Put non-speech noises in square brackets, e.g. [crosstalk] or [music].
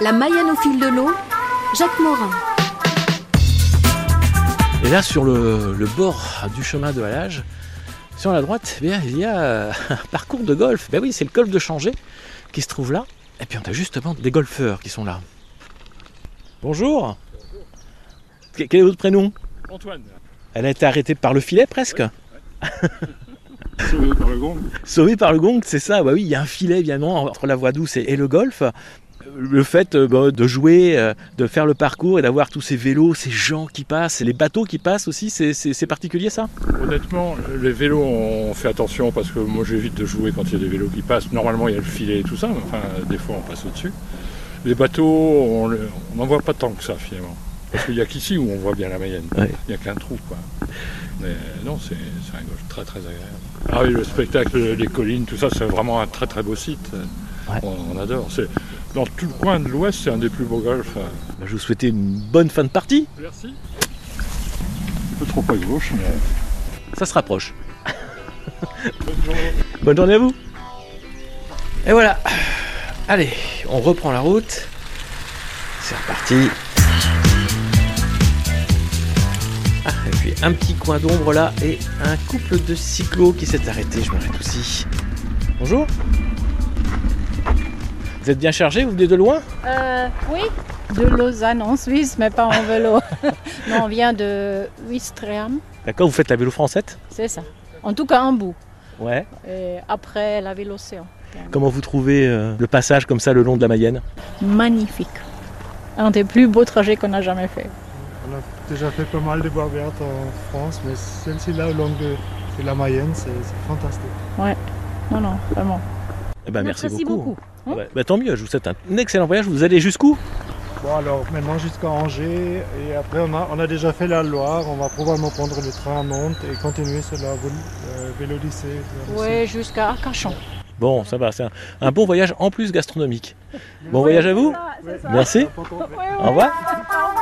La Mayenne au fil de l'eau, Jacques Morin. Et là, sur le, le bord du chemin de halage, sur la droite, eh bien, il y a [laughs] euh, un parcours de golf. Ben oui, c'est le golf de Changé qui se trouve là. Et puis on a justement des golfeurs qui sont là. Bonjour. Que- Quel est votre prénom Antoine, Elle a été arrêtée par le filet presque. sauvé par le gong. Sauvée par le gong, c'est ça. Bah oui, il y a un filet évidemment entre la voie douce et, et le golf. Le fait euh, bah, de jouer, euh, de faire le parcours et d'avoir tous ces vélos, ces gens qui passent, et les bateaux qui passent aussi, c'est- c'est c'est particulier ça Honnêtement, les vélos, on fait attention parce que moi j'évite de jouer quand il y a des vélos qui passent. Normalement, il y a le filet et tout ça, mais enfin, des fois, on passe au-dessus. Les bateaux, on le- on n'en voit pas tant que ça finalement. Parce qu'il n'y a qu'ici où on voit bien la Mayenne. Ouais. Il n'y a qu'un trou, quoi. Mais non, c'est c'est un golf très très agréable. Ah oui, le spectacle, les collines, tout ça, c'est vraiment un très très beau site. Ouais. On, on adore. C'est- Dans tout le coin de l'Ouest, c'est un des plus beaux golfs. Bah, Je vous souhaitais une bonne fin de partie. Merci. Un peu trop à gauche, mais Ça se rapproche. [laughs] bonne journée. Bonne journée à vous. Et voilà. Allez, on reprend la route. C'est reparti. Ah, et puis un petit coin d'ombre là et un couple de cyclos qui s'est arrêté. Je m'arrête aussi. Bonjour. Vous êtes bien chargé Vous venez de loin Euh, oui, de Lausanne en Suisse, mais pas en vélo. [laughs] non, on vient de Ouistreham, D'accord, vous faites la vélo française c'est ça. En tout cas, en bout. Ouais. Et après, la Vélocéan. Comment vous trouvez euh, le passage comme ça le long de la Mayenne Magnifique. Un des plus beaux trajets qu'on a jamais fait. On a déjà fait pas mal de voies vertes en France, mais celle-ci-là, au long de, de la Mayenne, c'est c'est fantastique. Non, non, vraiment. Eh ben, merci, Merci beaucoup. hein Ouais, bah, tant mieux, je vous souhaite un excellent voyage. Vous allez jusqu'où Bon, alors maintenant jusqu'à Angers, et après on a, on a déjà fait la Loire, on va probablement prendre le train à Nantes et continuer sur la vol- euh, Vélodyssée. vers le Oui, jusqu'à Arcachon. Bon, ça va, c'est un, un bon voyage en plus gastronomique. Bon voyage à vous. C'est ça, c'est ça. Merci. sud. Ouais, ouais. Au revoir. Au revoir.